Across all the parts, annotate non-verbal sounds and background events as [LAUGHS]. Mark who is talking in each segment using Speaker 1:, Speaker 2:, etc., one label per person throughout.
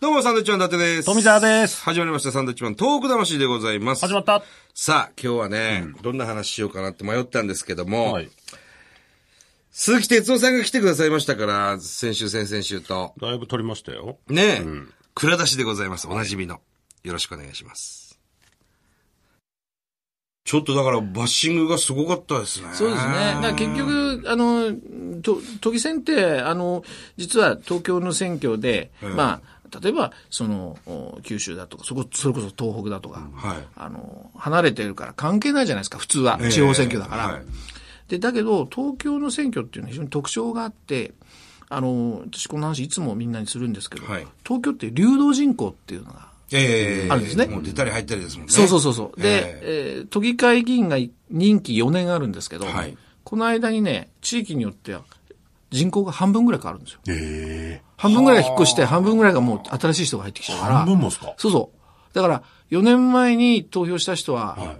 Speaker 1: どうも、サンドイッチマン伊達です。
Speaker 2: 富澤です。
Speaker 1: 始まりました、サンドイッチマン、トーク魂でございます。
Speaker 2: 始まった。
Speaker 1: さあ、今日はね、どんな話しようかなって迷ったんですけども、
Speaker 2: はい。
Speaker 1: 鈴木哲夫さんが来てくださいましたから、先週、先々週と。
Speaker 2: だいぶ撮りましたよ。
Speaker 1: ねえ、蔵出しでございます。おなじみの。よろしくお願いします。ちょっとだから、バッシングがすごかったですね。
Speaker 3: そうですね。だから結局、あの、と都議選って、あの、実は東京の選挙で、まあ、例えば、その、お九州だとか、そこ、それこそ東北だとか、
Speaker 1: はい
Speaker 3: あの、離れてるから関係ないじゃないですか、普通は。地方選挙だから。
Speaker 1: はい
Speaker 3: で、だけど、東京の選挙っていうのは非常に特徴があって、あの、私この話いつもみんなにするんですけど、
Speaker 1: はい
Speaker 3: 東京って流動人口っていうのが
Speaker 1: ええ
Speaker 3: あるんですね
Speaker 1: もう出たり入ったりですもんね。
Speaker 3: そうそうそうそう。
Speaker 1: え
Speaker 3: で、えー都議会議員が任期4年あるんですけど、
Speaker 1: はい
Speaker 3: この間にね、地域によっては人口が半分ぐらい変わるんですよ。半分ぐらい引っ越して、半分ぐらいがもう新しい人が入ってきちゃうから。
Speaker 2: 半分もですか
Speaker 3: そうそう。だから、4年前に投票した人は、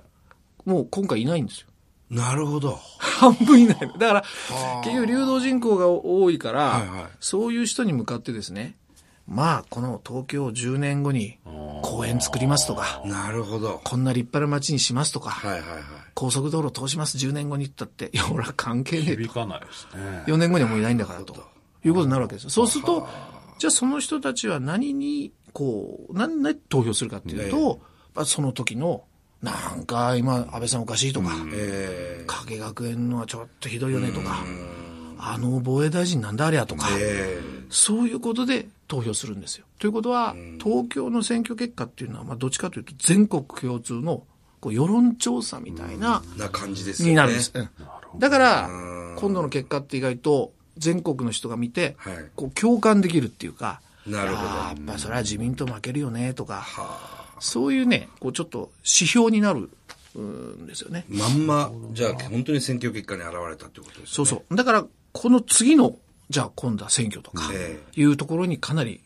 Speaker 3: もう今回いないんですよ。
Speaker 1: なるほど。
Speaker 3: 半分いないの。だから、結局流動人口が多いから、
Speaker 1: はいはい
Speaker 3: そういう人に向かってですね、まあ、この東京を10年後に公園作りますとか、
Speaker 1: なるほど。
Speaker 3: こんな立派な街にしますとか、
Speaker 1: はいはいはい。
Speaker 3: 高速道路通します10年後にって言ったって、いや、俺は関係ねえと。
Speaker 2: 響かないですね。
Speaker 3: 4年後にはもういないんだからと。いうことになるわけですよ。そうすると、じゃあその人たちは何に、こう、何で投票するかっていうと、まあその時の、なんか今、安倍さんおかしいとか、
Speaker 1: ええ
Speaker 3: 加計学園のはちょっとひどいよねとか、あの防衛大臣なんだありゃとか、
Speaker 1: え
Speaker 3: そういうことで投票するんですよ。ということは、東京の選挙結果っていうのは、まあどっちかというと全国共通の、こう世論調査みたいな、
Speaker 1: えな感じですよね。
Speaker 3: になるんです。うんだから、今度の結果って意外と全国の人が見て、
Speaker 1: はい
Speaker 3: こう共感できるっていうか、
Speaker 1: なるほど
Speaker 3: あーやっぱそれは自民党負けるよねとか、そういうね、こうちょっと指標になるうんですよね。
Speaker 1: まんま、じゃあ本当に選挙結果に現れたってことです
Speaker 3: そ
Speaker 1: よ
Speaker 3: う
Speaker 1: ね。
Speaker 3: そう。だから、この次の、じゃあ今度は選挙とか
Speaker 1: え、
Speaker 3: いうところにかなり、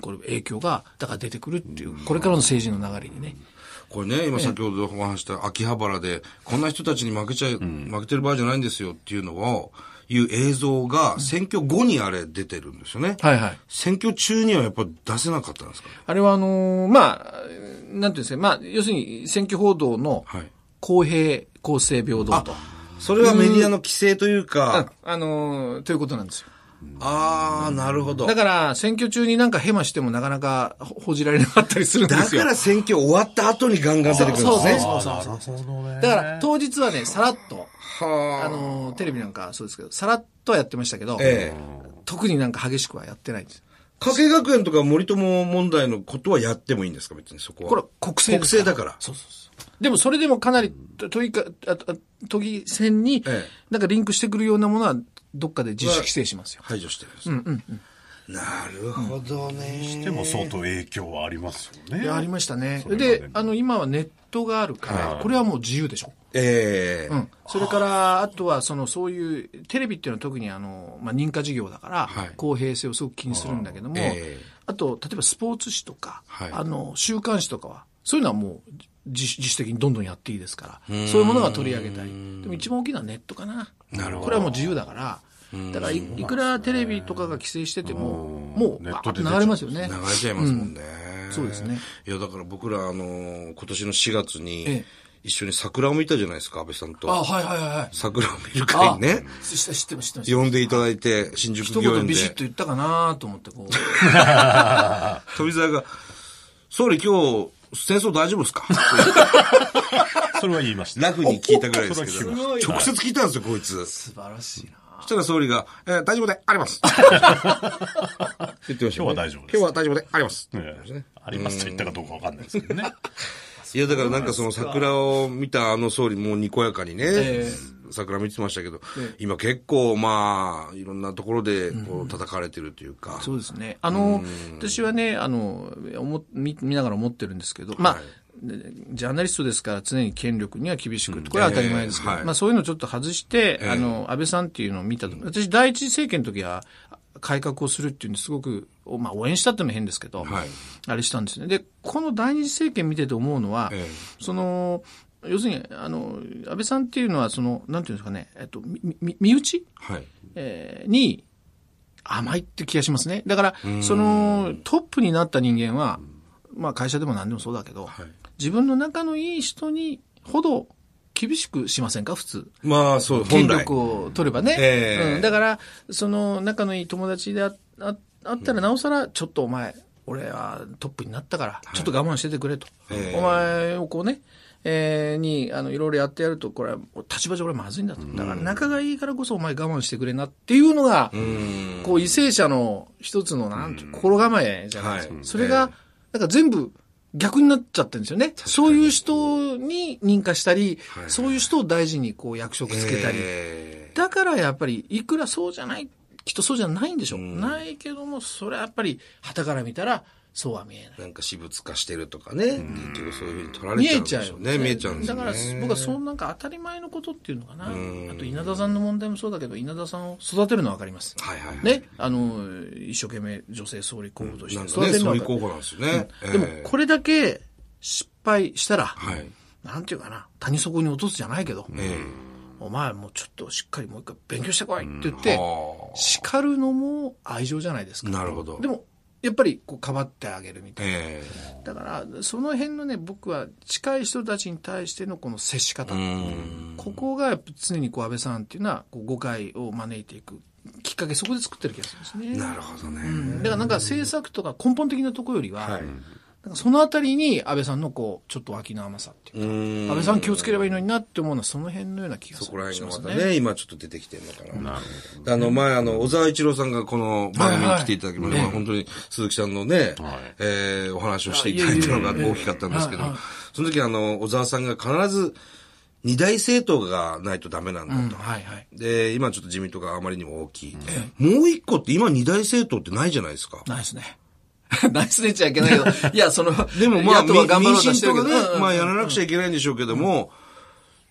Speaker 3: これ影響が、だから出てくるっていう、これからの政治の流れにね。
Speaker 1: これね、今先ほどお話した秋葉原で、こんな人たちに負けちゃい、負けてる場合じゃないんですよっていうのを、いう映像が選挙後にあれ出てるんですよね。
Speaker 3: はいはい。
Speaker 1: 選挙中にはやっぱ出せなかったんですかね
Speaker 3: あれはあのーまあ、なんていうんですか、まあ、要するに選挙報道の
Speaker 1: はい
Speaker 3: 公平、公正、平等と。
Speaker 1: それはメディアの規制というか、
Speaker 3: あのーということなんですよ。
Speaker 1: ああ、なるほど。
Speaker 3: だ
Speaker 1: だ
Speaker 3: から、選挙中になんかヘマしてもなかなかほ報じられなかったりするんですよ。
Speaker 1: から選挙終わった後にガンガン出てくるんですね。
Speaker 3: そうそうそうそうだから、当日はね、さらっと、あのーテレビなんかはそうですけど、さらっとはやってましたけど、
Speaker 1: ええ。
Speaker 3: 特になんか激しくはやってないんですよ。
Speaker 1: 加計学園とか森友問題のことはやってもいいんですか別にそこは。
Speaker 3: これは国政
Speaker 1: 国
Speaker 3: です
Speaker 1: 政だから。
Speaker 3: そうそうそう。でもそれでもかなりと都議か、あとあ都議選に
Speaker 1: ええ、
Speaker 3: なんかリンクしてくるようなものは、どっかで自主規制しますよ。
Speaker 1: 排除してるんですねなるほどね。
Speaker 2: でも相当影響はありますよね。
Speaker 3: いや、ありましたね。
Speaker 2: れまで
Speaker 3: で、あの、今はネットがあるから、これはもう自由でしょ。
Speaker 1: ええ
Speaker 3: うん。それから、あとは、その、そういう、テレビっていうのは特にあの、まあ、認可事業だから
Speaker 1: はい、
Speaker 3: 公平性をすごく気にするんだけども
Speaker 1: ええ、
Speaker 3: あと、例えばスポーツ紙とか
Speaker 1: はい、
Speaker 3: あの、週刊誌とかは、そういうのはもう、自自主的にどんどんやっていいですから、そういうものは取り上げたり。でも一番大きいのはネットかな。なるほど。これはもう自由だから、だからい、いくらテレビとかが規制してても、もう、
Speaker 2: ネッ
Speaker 3: バ
Speaker 2: ト
Speaker 3: ー
Speaker 2: で出
Speaker 3: ッ
Speaker 2: ちゃう
Speaker 3: と流れますよね。
Speaker 1: 流れちゃいますもんね、
Speaker 3: そうですね。
Speaker 1: いや、だから僕ら、あのー今年の4月
Speaker 3: え
Speaker 1: に
Speaker 3: え、
Speaker 1: 一緒に桜を見たじゃないですか、安倍さんと。
Speaker 3: あ、はいはいはいはい。
Speaker 1: 桜を見る会ね。
Speaker 3: 知って知ってます、知ってます。
Speaker 1: 呼んでいただいて、新宿
Speaker 3: 一
Speaker 1: 御苑
Speaker 3: 言
Speaker 1: で
Speaker 3: ビ。シッと言ったかなと思って、こう。
Speaker 1: 富澤が、総理今日、戦争大丈夫ですか
Speaker 2: それは言いました。
Speaker 1: ラフに聞いたぐらいですけ
Speaker 2: それ
Speaker 3: [LAUGHS]
Speaker 1: ど
Speaker 2: は聞きまし、
Speaker 1: 直接聞いたんですよ、こいつ。そ
Speaker 3: 素晴らしいな
Speaker 1: したら総理が、えー大丈夫であり
Speaker 2: [LAUGHS]
Speaker 1: ます。言ってましたよね
Speaker 2: 今日は大丈夫
Speaker 1: 今
Speaker 2: です
Speaker 1: 日は大丈夫であります。
Speaker 2: ねありますと言ったかどうかわかんないですけどね。
Speaker 1: いや、だからなんかその桜を見たあの総理もにこやかにね、
Speaker 3: え
Speaker 1: 桜見てましたけど、今結構まあ、いろんなところでこう叩かれてるというか。
Speaker 3: そうですね。あの、私はね、あの、思見見ながら思ってるんですけど、まあ、ジャーナリストですから常に権力には厳しくって、これは当たり前ですけど、
Speaker 1: ええはい
Speaker 3: まあそういうのちょっと外して、あの、安倍さんっていうのを見たと。私、第一次政権の時は、改革をするっていうんですごく、おまあ応援したってのも変ですけど、
Speaker 1: はい
Speaker 3: あれしたんですね。で、この第二次政権見てて思うのは、
Speaker 1: え
Speaker 3: その、要するに、あの、安倍さんっていうのは、その、なんていうんですかね、えっと、み、み身内
Speaker 1: はい。
Speaker 3: えーに、甘いって気がしますね。だから、その、トップになった人間は、まあ会社でも何でもそうだけど、自分の仲のいい人にほど厳しくしませんか、普通。
Speaker 1: まあ、そう、
Speaker 3: 権
Speaker 1: 本来。
Speaker 3: 力を取ればね。
Speaker 1: ええ
Speaker 3: うん、だから、その仲のいい友達であああったら、なおさら、ちょっとお前、俺はトップになったから、ちょっと我慢しててくれと。
Speaker 1: ええ
Speaker 3: お前をこうね、えーに、あの、いろいろやってやると、これは、立場上俺まずいんだと。だから仲がいいからこそお前我慢してくれなっていうのが、
Speaker 1: うん。
Speaker 3: こう、為政者の一つの、なんていう心構えじゃないですか。
Speaker 1: はい
Speaker 3: それが、なんか全部、逆になっちゃってるんですよね。そういう人に認可したり、そういう人を大事にこう役職つけたり、
Speaker 1: え
Speaker 3: だからやっぱり、いくらそうじゃない、きっとそうじゃないんでしょう。ないけども、それはやっぱり、旗から見たら、そうは見えない。
Speaker 1: ーなんか私物化してるとかね。結局そういうふうに取られ
Speaker 3: 見
Speaker 1: ちゃう
Speaker 3: え
Speaker 1: んで
Speaker 3: ちゃう
Speaker 1: し
Speaker 3: よ
Speaker 1: ょうね。見えちゃうんですよね。
Speaker 3: だから僕はそのなんか当たり前のことっていうのかな。あと稲田さんの問題もそうだけど、稲田さんを育てるのはわかります。
Speaker 1: はいはいはい
Speaker 3: ね。あの、一生懸命女性総理候補として
Speaker 1: なん
Speaker 3: 育
Speaker 1: か
Speaker 3: て
Speaker 1: ね、
Speaker 3: るの
Speaker 1: そう
Speaker 3: は
Speaker 1: いう
Speaker 3: わか
Speaker 1: 候
Speaker 3: る
Speaker 1: 補なんですよね。えー
Speaker 3: でもこれだけ失敗したら、
Speaker 1: はい。
Speaker 3: なんていうかな、谷底に落とすじゃないけど、
Speaker 1: え
Speaker 3: お前もうちょっとしっかりもう一回勉強してこいって言って、
Speaker 1: えは
Speaker 3: 叱るのも愛情じゃないです
Speaker 1: あ。
Speaker 3: か。
Speaker 1: なるほど。
Speaker 3: でも、やっぱりこうかばってあげるみたい
Speaker 1: え
Speaker 3: な。だから、その辺のね、僕は近い人たちに対してのこの接し
Speaker 1: え
Speaker 3: 方
Speaker 1: う。ん。
Speaker 3: ここがやっぱ常にこう安倍さんっていうのはこう誤解を招いていくきっかけそこで作ってる気がするんですね。
Speaker 1: なるほどね。
Speaker 3: うんだからなんか政策とか根本的なところよりは、
Speaker 1: はい。
Speaker 3: なんかそのあたりに安倍さんのこうちょっと脇の甘さっていう
Speaker 1: う
Speaker 3: か、
Speaker 1: ん。
Speaker 3: 安倍さん気をつければいいのになって思うのはその辺のような気がす
Speaker 1: そ
Speaker 3: る
Speaker 1: こら
Speaker 3: し
Speaker 1: 辺
Speaker 3: ま
Speaker 1: が
Speaker 3: す
Speaker 1: またね、今ちょっと出てきてるのかな。あの、前、あの、小沢一郎さんがこの番組に来ていただきまして、
Speaker 3: はいはい
Speaker 1: まあ本当に鈴木さんのね、
Speaker 2: はい
Speaker 1: えーお話をしていただいたのが
Speaker 3: あいえいえいえ
Speaker 1: 大きかったんですけど
Speaker 3: はいはい、
Speaker 1: その時、あの、小沢さんが必ず、二大政党がないとダメなんだ
Speaker 3: う
Speaker 1: と。
Speaker 3: ん、はいはい。
Speaker 1: で、今ちょっと自民党があまりにも大きい。もう一個って今二大政党ってないじゃないですか。
Speaker 3: ないですね。 [LAUGHS] ないですねっちゃいけな
Speaker 1: [LAUGHS]
Speaker 3: いけど、いや、その、
Speaker 1: でもまあ、
Speaker 3: 野党
Speaker 1: み
Speaker 3: は頑張
Speaker 1: 民
Speaker 3: ろうと
Speaker 1: 進
Speaker 3: してる
Speaker 1: 党
Speaker 3: け
Speaker 1: が
Speaker 3: ど、うんう
Speaker 1: ね、
Speaker 3: ん
Speaker 1: まあやらなくちゃいけないんでしょうけども、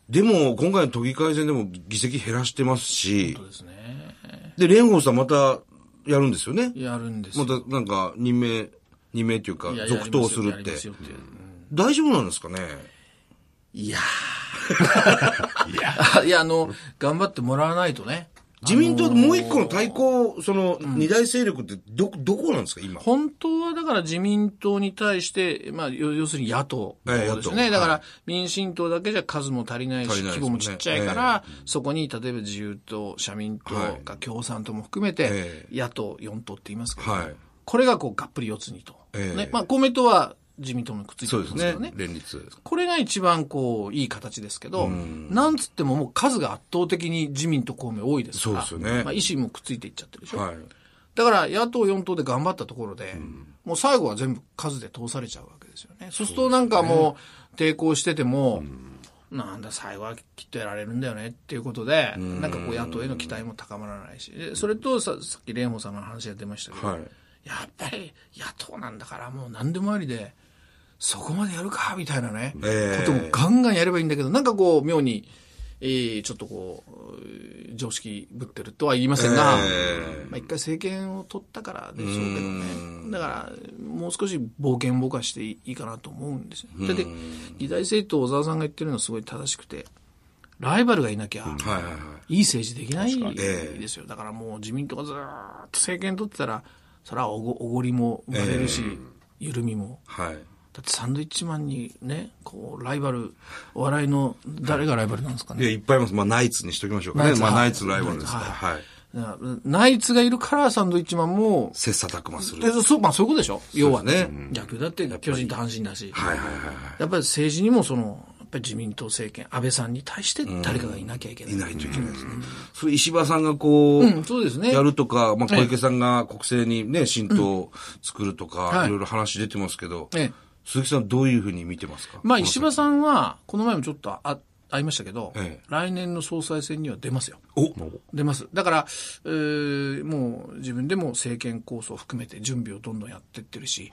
Speaker 1: でも今回の都議会選でも議席減らしてますし、
Speaker 3: そうですね。
Speaker 1: で、蓮舫さんまたやるんですよね。
Speaker 3: やるんです
Speaker 1: ま
Speaker 3: よ。
Speaker 1: たなんか任命、任命っていうか
Speaker 3: いや、
Speaker 1: 続投するっ
Speaker 3: やり
Speaker 1: て
Speaker 3: ま。すよやりますよって
Speaker 1: 大丈夫なんですかね
Speaker 3: いやー。いや。い [LAUGHS] や、あの、頑張ってもらわないとね。
Speaker 1: 自民党ともう一個の対抗、その二大勢力ってど、どこなんですか今。
Speaker 3: 本当はだから自民党に対して、まあ、要要するに野党
Speaker 1: ええ
Speaker 3: です
Speaker 1: 野
Speaker 3: ね。
Speaker 1: 党
Speaker 3: だから、民進党だけじゃ数も足りないし、
Speaker 1: 足りないです
Speaker 3: 規
Speaker 1: も
Speaker 3: 模
Speaker 1: んね
Speaker 3: もちっちゃいから、そこに、例えば自由党、社民党
Speaker 1: はい
Speaker 3: か共産党も含め
Speaker 1: え
Speaker 3: て、野党4党って言いますけど、
Speaker 1: はい。
Speaker 3: これがこう、がっぷり四つにと。
Speaker 1: ええ
Speaker 3: ね。まあ、公明党は自民党のくっついて
Speaker 1: そう
Speaker 3: ま
Speaker 1: ですす
Speaker 3: けど
Speaker 1: ね
Speaker 3: ね。。
Speaker 1: 連立。
Speaker 3: これが一番こう、いい形ですけど、なんつってももう数が圧倒的に自民と公明多いですから、
Speaker 1: そうですよね
Speaker 3: まあ、維新もくっついていっちゃってるでしょ。
Speaker 1: はい。
Speaker 3: だから野党4党で頑張ったところで、もう最後は全部数で通されちゃうわけですよね。そうするとなんかもう抵抗してても、なんだ最後はきっとやられるんだよねっていうことで、なんかこう野党への期待も高まらないし、でそれとささっき蓮舫様の話が出ましたけど、
Speaker 1: はい
Speaker 3: やっぱり野党なんだからもう何でもありで、そこまでやるかみたいなね、
Speaker 1: ええ
Speaker 3: こともガンガンやればいいんだけど、なんかこう妙に、えーちょっとこうえー、常識ぶってるとは言いませんが、
Speaker 1: え
Speaker 3: まあ、一回政権を取ったからでしょうけどね。だから、もう少し冒険を僕はしていいかなと思うんですよ。だって、二大政党小沢さんが言ってるのはすごい正しくて、ライバルがいなきゃ、
Speaker 1: はいはいはい。
Speaker 3: いい政治できない
Speaker 1: ええ
Speaker 3: ですよ。だからもう自民党がずーっと政権取ってたら、それはおごおごりも生まれるし、緩みも。
Speaker 1: はい。
Speaker 3: だってサンドイッチマンにね、こう、ライバル、お笑いの、誰がライバルなんですかね
Speaker 1: いや、。いっぱいいます。まあ、ナイツにしときましょうか
Speaker 3: ナイ
Speaker 1: ね。
Speaker 3: ツ
Speaker 1: まあ、
Speaker 3: はい
Speaker 1: ナイツライバルですから。はい。
Speaker 3: だからナイツがいるからサンドイッチマンも
Speaker 1: 切磋琢磨する。
Speaker 3: でそう、まあそういうことでしょ要は
Speaker 1: そうで
Speaker 3: ね
Speaker 1: すね。
Speaker 3: 野球だって巨人と阪神だし。
Speaker 1: はいはいはいは。
Speaker 3: やっぱり政治にもその、やっぱり自民党政権、安倍さんに対して誰かがいなきゃいけないい。
Speaker 1: いないといけないですね。それ石破さんがこう、
Speaker 3: うん、そうですね。
Speaker 1: やるとか、まあ、小池さんが国政にね、新党を作るとか、
Speaker 3: はい
Speaker 1: いろいろ話出てますけど、
Speaker 3: ええ
Speaker 1: 鈴木さんどういうふうに見てますか
Speaker 3: まあ石破さんは、この前もちょっとあ会いましたけど
Speaker 1: ええ、
Speaker 3: 来年の総裁選には出ますよ。
Speaker 1: お
Speaker 3: 出ます。だから、えーもう自分でも政権構想を含めて準備をどんどんやってってるし、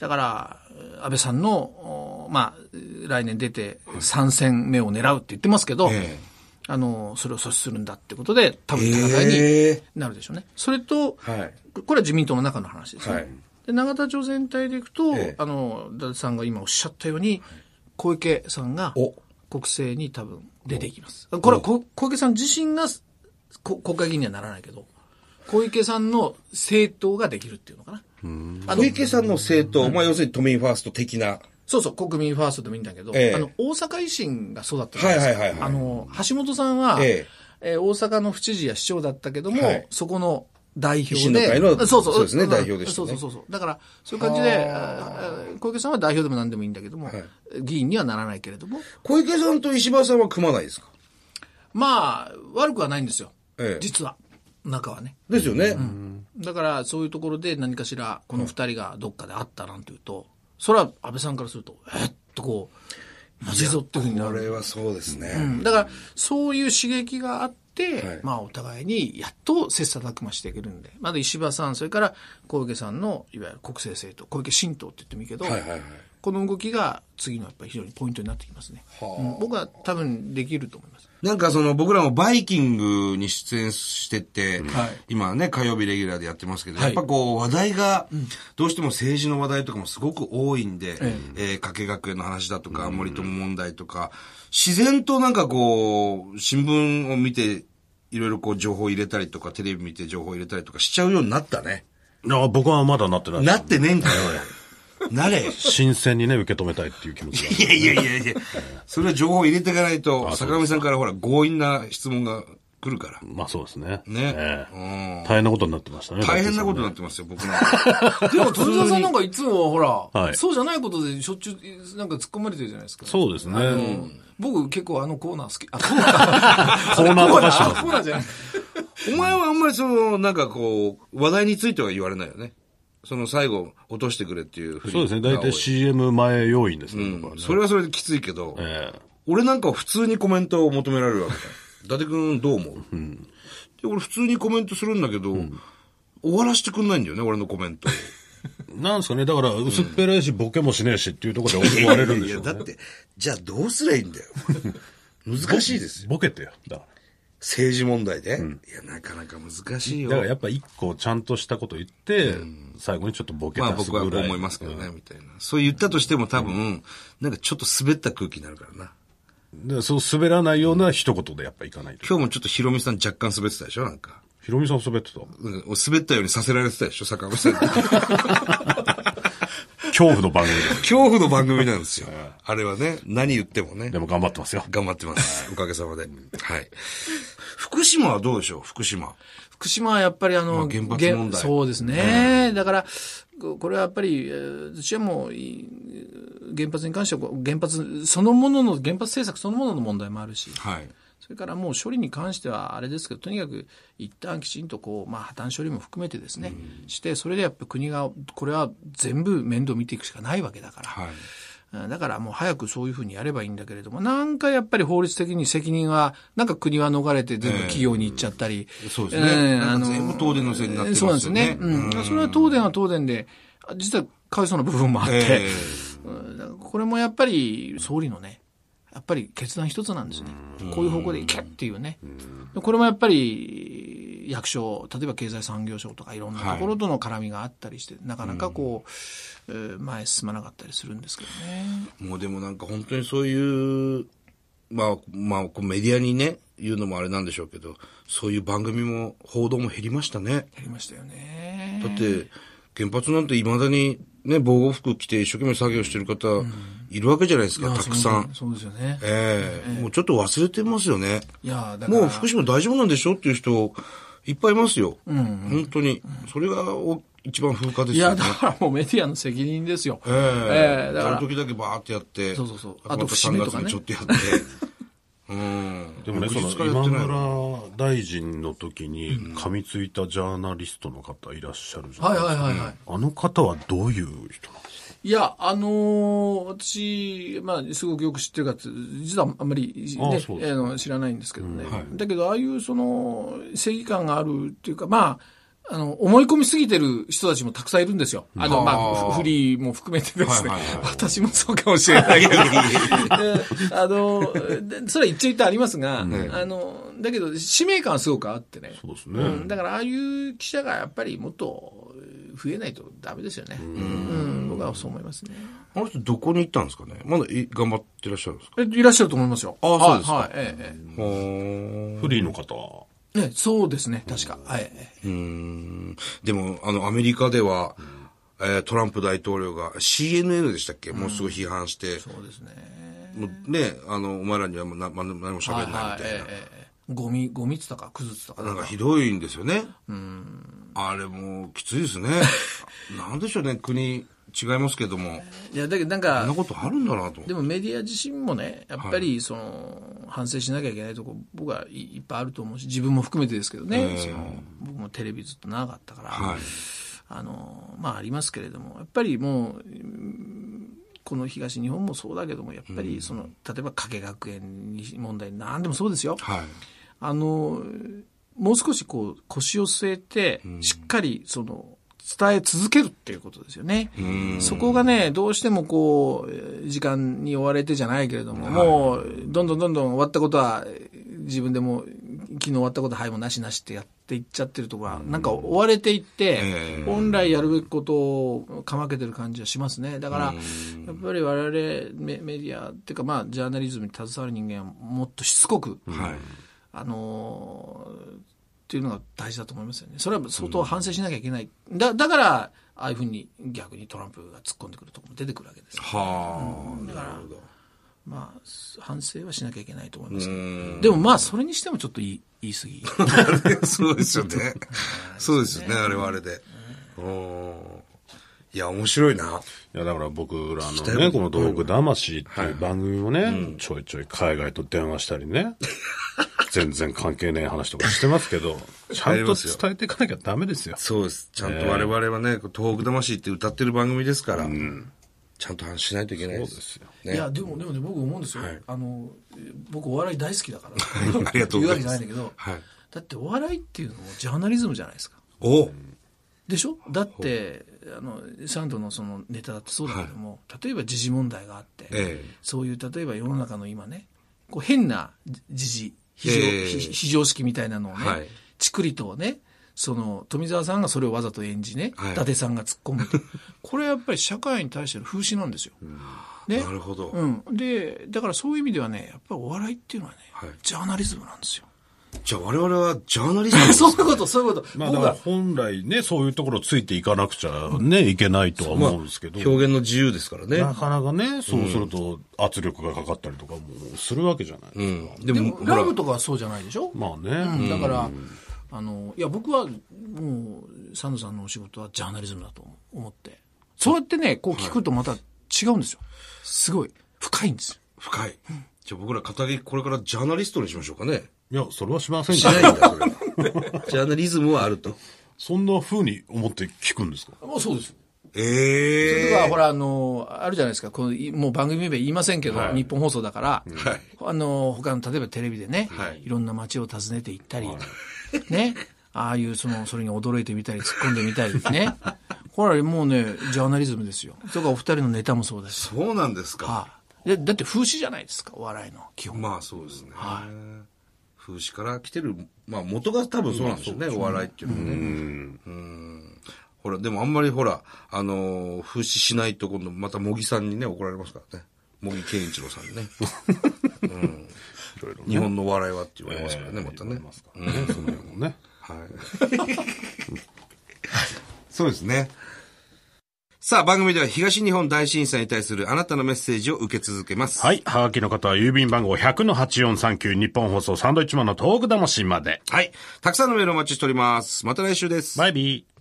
Speaker 3: だから、えー安倍さんの、おまあ、えー来年出て3戦目を狙うって言ってますけど、
Speaker 1: ええ
Speaker 3: あの、それを阻止するんだってことで、多分戦い
Speaker 1: ええ
Speaker 3: になるでしょうね。それと、
Speaker 1: はい
Speaker 3: ここれは自民党の中の話ですね。
Speaker 1: はい
Speaker 3: で永田町全体でいくと、
Speaker 1: ええ
Speaker 3: あの、伊達さんが今おっしゃったように、小池さんが
Speaker 1: お
Speaker 3: 国政に多分出ていきます。これはこ小池さん自身がこ国会議員にはならないけど、小池さんの政党ができるっていうのかな。あの
Speaker 1: 小、池さんの政党、まあ要するに都民ファースト的な。
Speaker 3: そうそう、国民ファーストでもいいんだけど、
Speaker 1: ええ
Speaker 3: あの、大阪維新がそうだったじゃないですか。
Speaker 1: はいはいはいはい
Speaker 3: あの、橋本さんは、
Speaker 1: え
Speaker 3: えー大阪の府知事や市長だったけども、
Speaker 1: はい
Speaker 3: そこの代表
Speaker 1: 維
Speaker 3: で。
Speaker 1: 新の会の
Speaker 3: そうそう。
Speaker 1: そうですね
Speaker 3: ん
Speaker 1: 代表でしたね
Speaker 3: そうそうそうそう。だから、そういう感じで、あー小池さんは代表でも何でもいいんだけども、
Speaker 1: はい
Speaker 3: 議員にはならないけれども、
Speaker 1: 小池さんと石破さんは組まないですか
Speaker 3: まあ、悪くはないんですよ。
Speaker 1: ええ
Speaker 3: 実は、中はね。
Speaker 1: ですよね。
Speaker 3: だから、そういうところで何かしら、この二人がどっかで会ったなんていうと、それは安倍さんからすると、えっとこう、マジぞっていうふうにな
Speaker 1: こ
Speaker 3: る。
Speaker 1: れはそうですね。
Speaker 3: うんだから、そういう刺激があって、
Speaker 1: はい
Speaker 3: まあ、お互いにやっと切磋琢磨していけるんで、まだ石破さん、それから小池さんの、いわゆる国政政党、小池新党って言ってもいいけど、
Speaker 1: はいはいはい。
Speaker 3: この動きが次のやっぱり非常にポイントになってきますね。うん僕は多分できると思います。
Speaker 1: なんかその僕らもバイキングに出演してて、今ね火曜日レギュラーでやってますけど、
Speaker 3: はい
Speaker 1: やっぱこう話題が、どうしても政治の話題とかもすごく多いんで、えー加計学園の話だとか、森友問題とか、自然となんかこう、新聞を見て、いろいろこう情報入れたりとか、テレビ見て情報入れたりとかしちゃうようになったね。
Speaker 2: あ僕はまだなってない。
Speaker 1: なってねえんかよ。なれ。
Speaker 2: 新鮮にね、受け止めたいっていう気持ち [LAUGHS]
Speaker 1: [LAUGHS]
Speaker 2: が。
Speaker 1: いやいやいやいや、それは情報入れていかないと、
Speaker 2: あそうですか
Speaker 1: 坂上さんからほら、強引な質問が来るから。
Speaker 2: まあそうですね。
Speaker 1: ね
Speaker 2: ええ
Speaker 1: うん
Speaker 2: 大変なことになってましたね。
Speaker 1: 大変なことになってますよ、僕なん
Speaker 2: [LAUGHS]
Speaker 1: か。
Speaker 3: でも、富澤さんなんかいつもほら、
Speaker 2: はい
Speaker 3: そうじゃないことでしょっちゅうなんか突っ込まれてるじゃないですか。
Speaker 2: そうですね。
Speaker 3: 僕結構あのコーナー好き。あ、
Speaker 2: [LAUGHS]
Speaker 3: コ
Speaker 2: コーナー
Speaker 3: ー
Speaker 2: と
Speaker 3: ナ
Speaker 2: かしてま
Speaker 3: ー、
Speaker 2: す
Speaker 3: コーナーじゃない。
Speaker 1: お前はあんまりその、なんかこう、話題については言われないよね。その最後、落としてくれっていうふ
Speaker 2: そうですね。大体 CM 前要員ですね。僕はね
Speaker 1: それはそれできついけど、
Speaker 2: ええ
Speaker 1: 俺なんかは普通にコメントを求められるわけだよ。伊達くんどう思う、で、俺普通にコメントするんだけど、終わらせてくんないんだよね、俺のコメントを。
Speaker 2: なんですかね、だから薄っぺらいし、ボケもしねえしっていうところで終われるんでしょう、
Speaker 1: いや
Speaker 2: ね
Speaker 1: だ。って、じゃあどうすりゃいい
Speaker 2: [LAUGHS]
Speaker 1: んだよ。難しいですよ。
Speaker 2: ボケてよ。だか
Speaker 1: 政治問題で。いや、なかなか難しい
Speaker 2: ら
Speaker 1: よ。
Speaker 2: だからやっぱ一個ちゃんとしたこと言って、最後にちょっとボケ
Speaker 1: まあ
Speaker 2: 足す
Speaker 1: 僕
Speaker 2: ぐら。
Speaker 1: はいこう思いますけどね、みたいな。そう言ったとしても多分、なんかちょっと滑った空気になるからな。
Speaker 2: で。そう滑らないような一言でやっぱいかないと。
Speaker 1: 今日もちょっとヒロミさん若干滑ってたでしょなんか。
Speaker 2: ひろみさん滑ってた。
Speaker 1: なんか滑ったようにさせられてたでしょ坂 [LAUGHS] 上さん。
Speaker 2: 恐怖の番組で
Speaker 1: 恐怖の番組なんですよ。あれはね、何言ってもね
Speaker 2: す。で。も頑張ってますよ。
Speaker 1: 頑張ってます。おかげさまで。はい。福島はどうでしょう福島。
Speaker 3: 福島はやっぱりあの、
Speaker 1: まあ原発問題
Speaker 3: げそうですね。だから、ここれはやっぱり、えー私はもう、い原発に関しては、こう原発そのものの、原発政策そのものの問題もあるし、
Speaker 1: はい。
Speaker 3: それからもう処理に関してはあれですけど、とにかく一旦きちんとこう、まあ破綻処理も含めてですね、して、それでやっぱ国が、これは全部面倒見ていくしかないわけだから、
Speaker 1: はい。
Speaker 3: うんだからもう早くそういうふうにやればいいんだけれども、なんかやっぱり法律的に責任は、なんか国は逃れて全部企業に行っちゃったり。
Speaker 1: そうですねなんか全部東電のせいになってますよね
Speaker 3: そうなんですね。うん。それは東電は東電で、あ実はかわいそうな部分もあって、
Speaker 1: え
Speaker 3: うんだからこれもやっぱり総理のね、やっぱり決断一つなんですね。こういう方向で行けっていうね。でこれもやっぱり役所、例えば経済産業省とかいろんなところとの絡みがあったりして、なかなかこう、えー前へ進まなかったりするんですけどね。
Speaker 1: もうでもなんか本当にそういう、まあ、まあ、こうメディアにね、言うのもあれなんでしょうけど、そういう番組も、報道も減りましたね。
Speaker 3: やりましたよね。
Speaker 1: だって、原発なんて未だにね、防護服着て一生懸命作業してる方、いるわけじゃないですか、
Speaker 3: いや
Speaker 1: たくさん。
Speaker 3: そうそうですよね。
Speaker 1: ええもうちょっと忘れてますよね。
Speaker 3: いや、だから。
Speaker 1: もう福島大丈夫なんでしょっていう人、いっぱいいますよ。本当に。それがお一番風化です
Speaker 3: い
Speaker 1: よ
Speaker 3: や、
Speaker 1: ね
Speaker 3: だ。からもうメディアの責任ですよ。
Speaker 1: ええ
Speaker 3: えだか
Speaker 1: そ
Speaker 3: ら
Speaker 1: の時だけバーってやって、
Speaker 3: そうそうそう
Speaker 1: あ
Speaker 3: あ
Speaker 1: と
Speaker 3: と
Speaker 1: 3
Speaker 3: 節目と
Speaker 1: 月
Speaker 3: かね
Speaker 1: にちょっとやって。
Speaker 3: [LAUGHS]
Speaker 1: うん。
Speaker 2: でもね、
Speaker 1: 翌
Speaker 2: その
Speaker 1: 日からやって
Speaker 2: 今
Speaker 1: ないの
Speaker 2: 村大臣の時に噛みついたジャーナリストの方いらっしゃるじゃない
Speaker 3: はい
Speaker 2: ですか。
Speaker 3: はいはいはい。
Speaker 2: あの方はどういう人なんですか
Speaker 3: いや、あのー私、まあ、すごくよく知ってるかつ、実はあんまり、ね、
Speaker 2: あ
Speaker 3: あ
Speaker 2: あそうです
Speaker 3: の知らないんですけどね。だけど、ああいう、その、正義感があるっていうか、まあ、あの、思い込みすぎてる人たちもたくさんいるんですよ。あの、ま
Speaker 1: あ
Speaker 3: あ、
Speaker 1: あ
Speaker 3: フフリーも含めてですね。
Speaker 1: はいはいはい
Speaker 3: [LAUGHS] 私もそうかもしれないけど。であの、でそれは一長一短ありますが、あの、だけど、使命感はすごくあってね。
Speaker 2: そうですね。
Speaker 3: うんだからああいう記者がやっぱりもっとえー増えないとダメですよね。うん、僕はそう思いますね。
Speaker 1: [LAUGHS] あの人どこに行ったんですかねまだい頑張ってらっしゃるんですか
Speaker 3: えいらっしゃると思いますよ。
Speaker 1: あそうですか
Speaker 3: はいはいええ
Speaker 1: ほ
Speaker 3: え
Speaker 1: ー
Speaker 2: フリーの方は
Speaker 3: えね、そうですね、確か。はい。
Speaker 1: うんでも、あの、アメリカでは、えートランプ大統領が CNN でしたっけ、もうすごい批判して、
Speaker 3: そうですね。
Speaker 1: もうね、あの、お前らにはもうなま何も喋んないみたいな。
Speaker 3: ええゴミ、ゴミって言ったか、崩ってたか。
Speaker 1: なんかひどいんですよね。あれもうきついですね。 [LAUGHS] なんでしょうね、国違いますけども。
Speaker 3: いや、だけどなん
Speaker 1: そんな
Speaker 3: か、
Speaker 1: ことあるんだなと思って
Speaker 3: でもメディア自身もね、やっぱりその、反省しなきゃいけないとこ、僕はいいっぱいあると思うし、自分も含めてですけどね、その僕もテレビずっと長かったから、
Speaker 1: はい。
Speaker 3: あの、まあありますけれども、やっぱりもう、うんこの東日本もそうだけども、やっぱりその、例えば加計学園に問題、なんでもそうですよ。
Speaker 1: はい。
Speaker 3: あの、もう少しこう、腰を据えて、しっかりその、伝え続けるっていうことですよね。そこがね、どうしてもこうえー、時間に追われてじゃないけれども、もう、どんどんどんどん終わったことは、えー自分でも、昨日終わったことは、はいもうなしなしってやっていっちゃってるとこは、なんか追われていって、
Speaker 1: ええ
Speaker 3: 本来やるべきことをかまけてる感じはしますね。だから、やっぱり我々メメディアっていうか、まあ、ジャーナリズムに携わる人間はもっとしつこく、
Speaker 1: はい。
Speaker 3: あのーっていうのが大事だと思いますよね。それは相当反省しなきゃいけない。だだから、ああいうふうに逆にトランプが突っ込んでくるところも出てくるわけです。
Speaker 1: はあ。
Speaker 3: だから、まあ、す反省はしなきゃいけないと思いますけど。でもまあ、それにしてもちょっと言い言い過ぎ。
Speaker 1: あれ [LAUGHS] [LAUGHS] そうですよね。そうですよね、あれはあれで。うんいや、面白いな。
Speaker 2: いや、だから僕ら
Speaker 1: た
Speaker 2: の
Speaker 1: い
Speaker 2: ね、
Speaker 1: こ
Speaker 2: ことの道具魂っていう番組をね、ちょいちょい海外と電話したり [LAUGHS] ね、全然関係ない話とかしてます [LAUGHS] けど、ちゃんと伝えていかなきゃダメですよ。
Speaker 1: そうです。ちゃんと我々はね、東北魂って歌ってる番組ですから、ちゃんと話しないといけないです。
Speaker 2: そうですよ
Speaker 1: ね
Speaker 3: いや、でも、でもね、僕思うんですよ。あの、え僕お笑い大好きだから。
Speaker 1: [LAUGHS] ありがとうございます
Speaker 3: 言うわけじゃないんだけど、
Speaker 1: はい
Speaker 3: だってお笑いっていうのもジャーナリズムじゃないですか。
Speaker 1: お
Speaker 3: でしょだって、あの、サンドのそのネタだってそうだけども、例えば時事問題があって、
Speaker 1: ええ
Speaker 3: そういう、例えば世の中の今ね、こう変な時事、非常,、
Speaker 1: ええ
Speaker 3: 非非常識みたいなのをね、
Speaker 1: はい
Speaker 3: ちくりとね、その富澤さんがそれをわざと演じね、
Speaker 1: はい
Speaker 3: 伊達さんが突っ込
Speaker 1: [LAUGHS]
Speaker 3: むとこれはやっぱり社会に対しての風刺なんですよ。ね
Speaker 1: なるほど。
Speaker 3: うん、でだからそういう意味ではねやっぱりお笑いっていうのはね、
Speaker 1: はい
Speaker 3: ジャーナリズムな
Speaker 1: [LAUGHS]
Speaker 3: んですよ
Speaker 1: じゃあ我々はジャーナリストなんです
Speaker 3: そ
Speaker 1: ね
Speaker 3: ういうことそういうこと、
Speaker 2: まあ、だ
Speaker 3: 僕
Speaker 2: から
Speaker 3: は
Speaker 2: 本来ね、そういうところついていかなくちゃね、いけないとは思うんですけど、
Speaker 1: 表現の自由ですからね。
Speaker 2: なかなかね、そうすると圧力がかかったりとかもするわけじゃないですか。
Speaker 1: で
Speaker 3: で
Speaker 1: も、
Speaker 3: も
Speaker 1: ほら
Speaker 3: ラブとかはそうじゃないでしょ、
Speaker 2: まあね、
Speaker 3: うん、だから、あのいや僕はもうサンドさんのお仕事はジャーナリズムだと思ってそうやってねこう聞くとまた違うんですよすごい深いんですよ
Speaker 1: 深い。じゃあ僕ら片桐これからジャーナリストにしましょうかね。
Speaker 2: いや、それはしません
Speaker 1: し
Speaker 2: け
Speaker 1: ないん
Speaker 2: ど、
Speaker 1: だ、それはジャーナリズムはあると。
Speaker 2: そんな風に思って聞くんですか
Speaker 3: もうそうです
Speaker 1: ええ
Speaker 3: 僕はほら、あの、あるじゃないですか、このいもう番組名言いませんけど、日本放送だから、あの、他の、例えばテレビでね、
Speaker 1: はい
Speaker 3: い、ろんな街を訪ねて行ったり、ね、ああいう、その、それに驚いてみたり、突っ込んでみたりね。これはもうね、ジャーナリズムですよ。とか、お二人のネタもそうです。
Speaker 1: そうなんですか。
Speaker 3: はいでだって風刺じゃないですか、お笑いの基本。
Speaker 1: まあそうですね。風刺から来てる、まあ元が多分そうなんですよね、お笑いっていうのはね。うんほら、でもあんまりほら、あのー風刺しないと今度また茂木さんにね、怒られますからね。茂木健一郎さんに [LAUGHS] ね。
Speaker 2: いろいろ
Speaker 1: 日本のお笑いはって言われますからね、またね。
Speaker 2: ね、その辺もね。
Speaker 1: そうですね。さあ、番組では東日本大震災に対するあなたのメッセージを受け続けます。
Speaker 2: はい。はがきの方は郵便番号100-8439日本放送サンドイッチマンのトーク魂まで。
Speaker 1: はい。たくさんのメールをお待ちしております。また来週です。
Speaker 2: バイビー。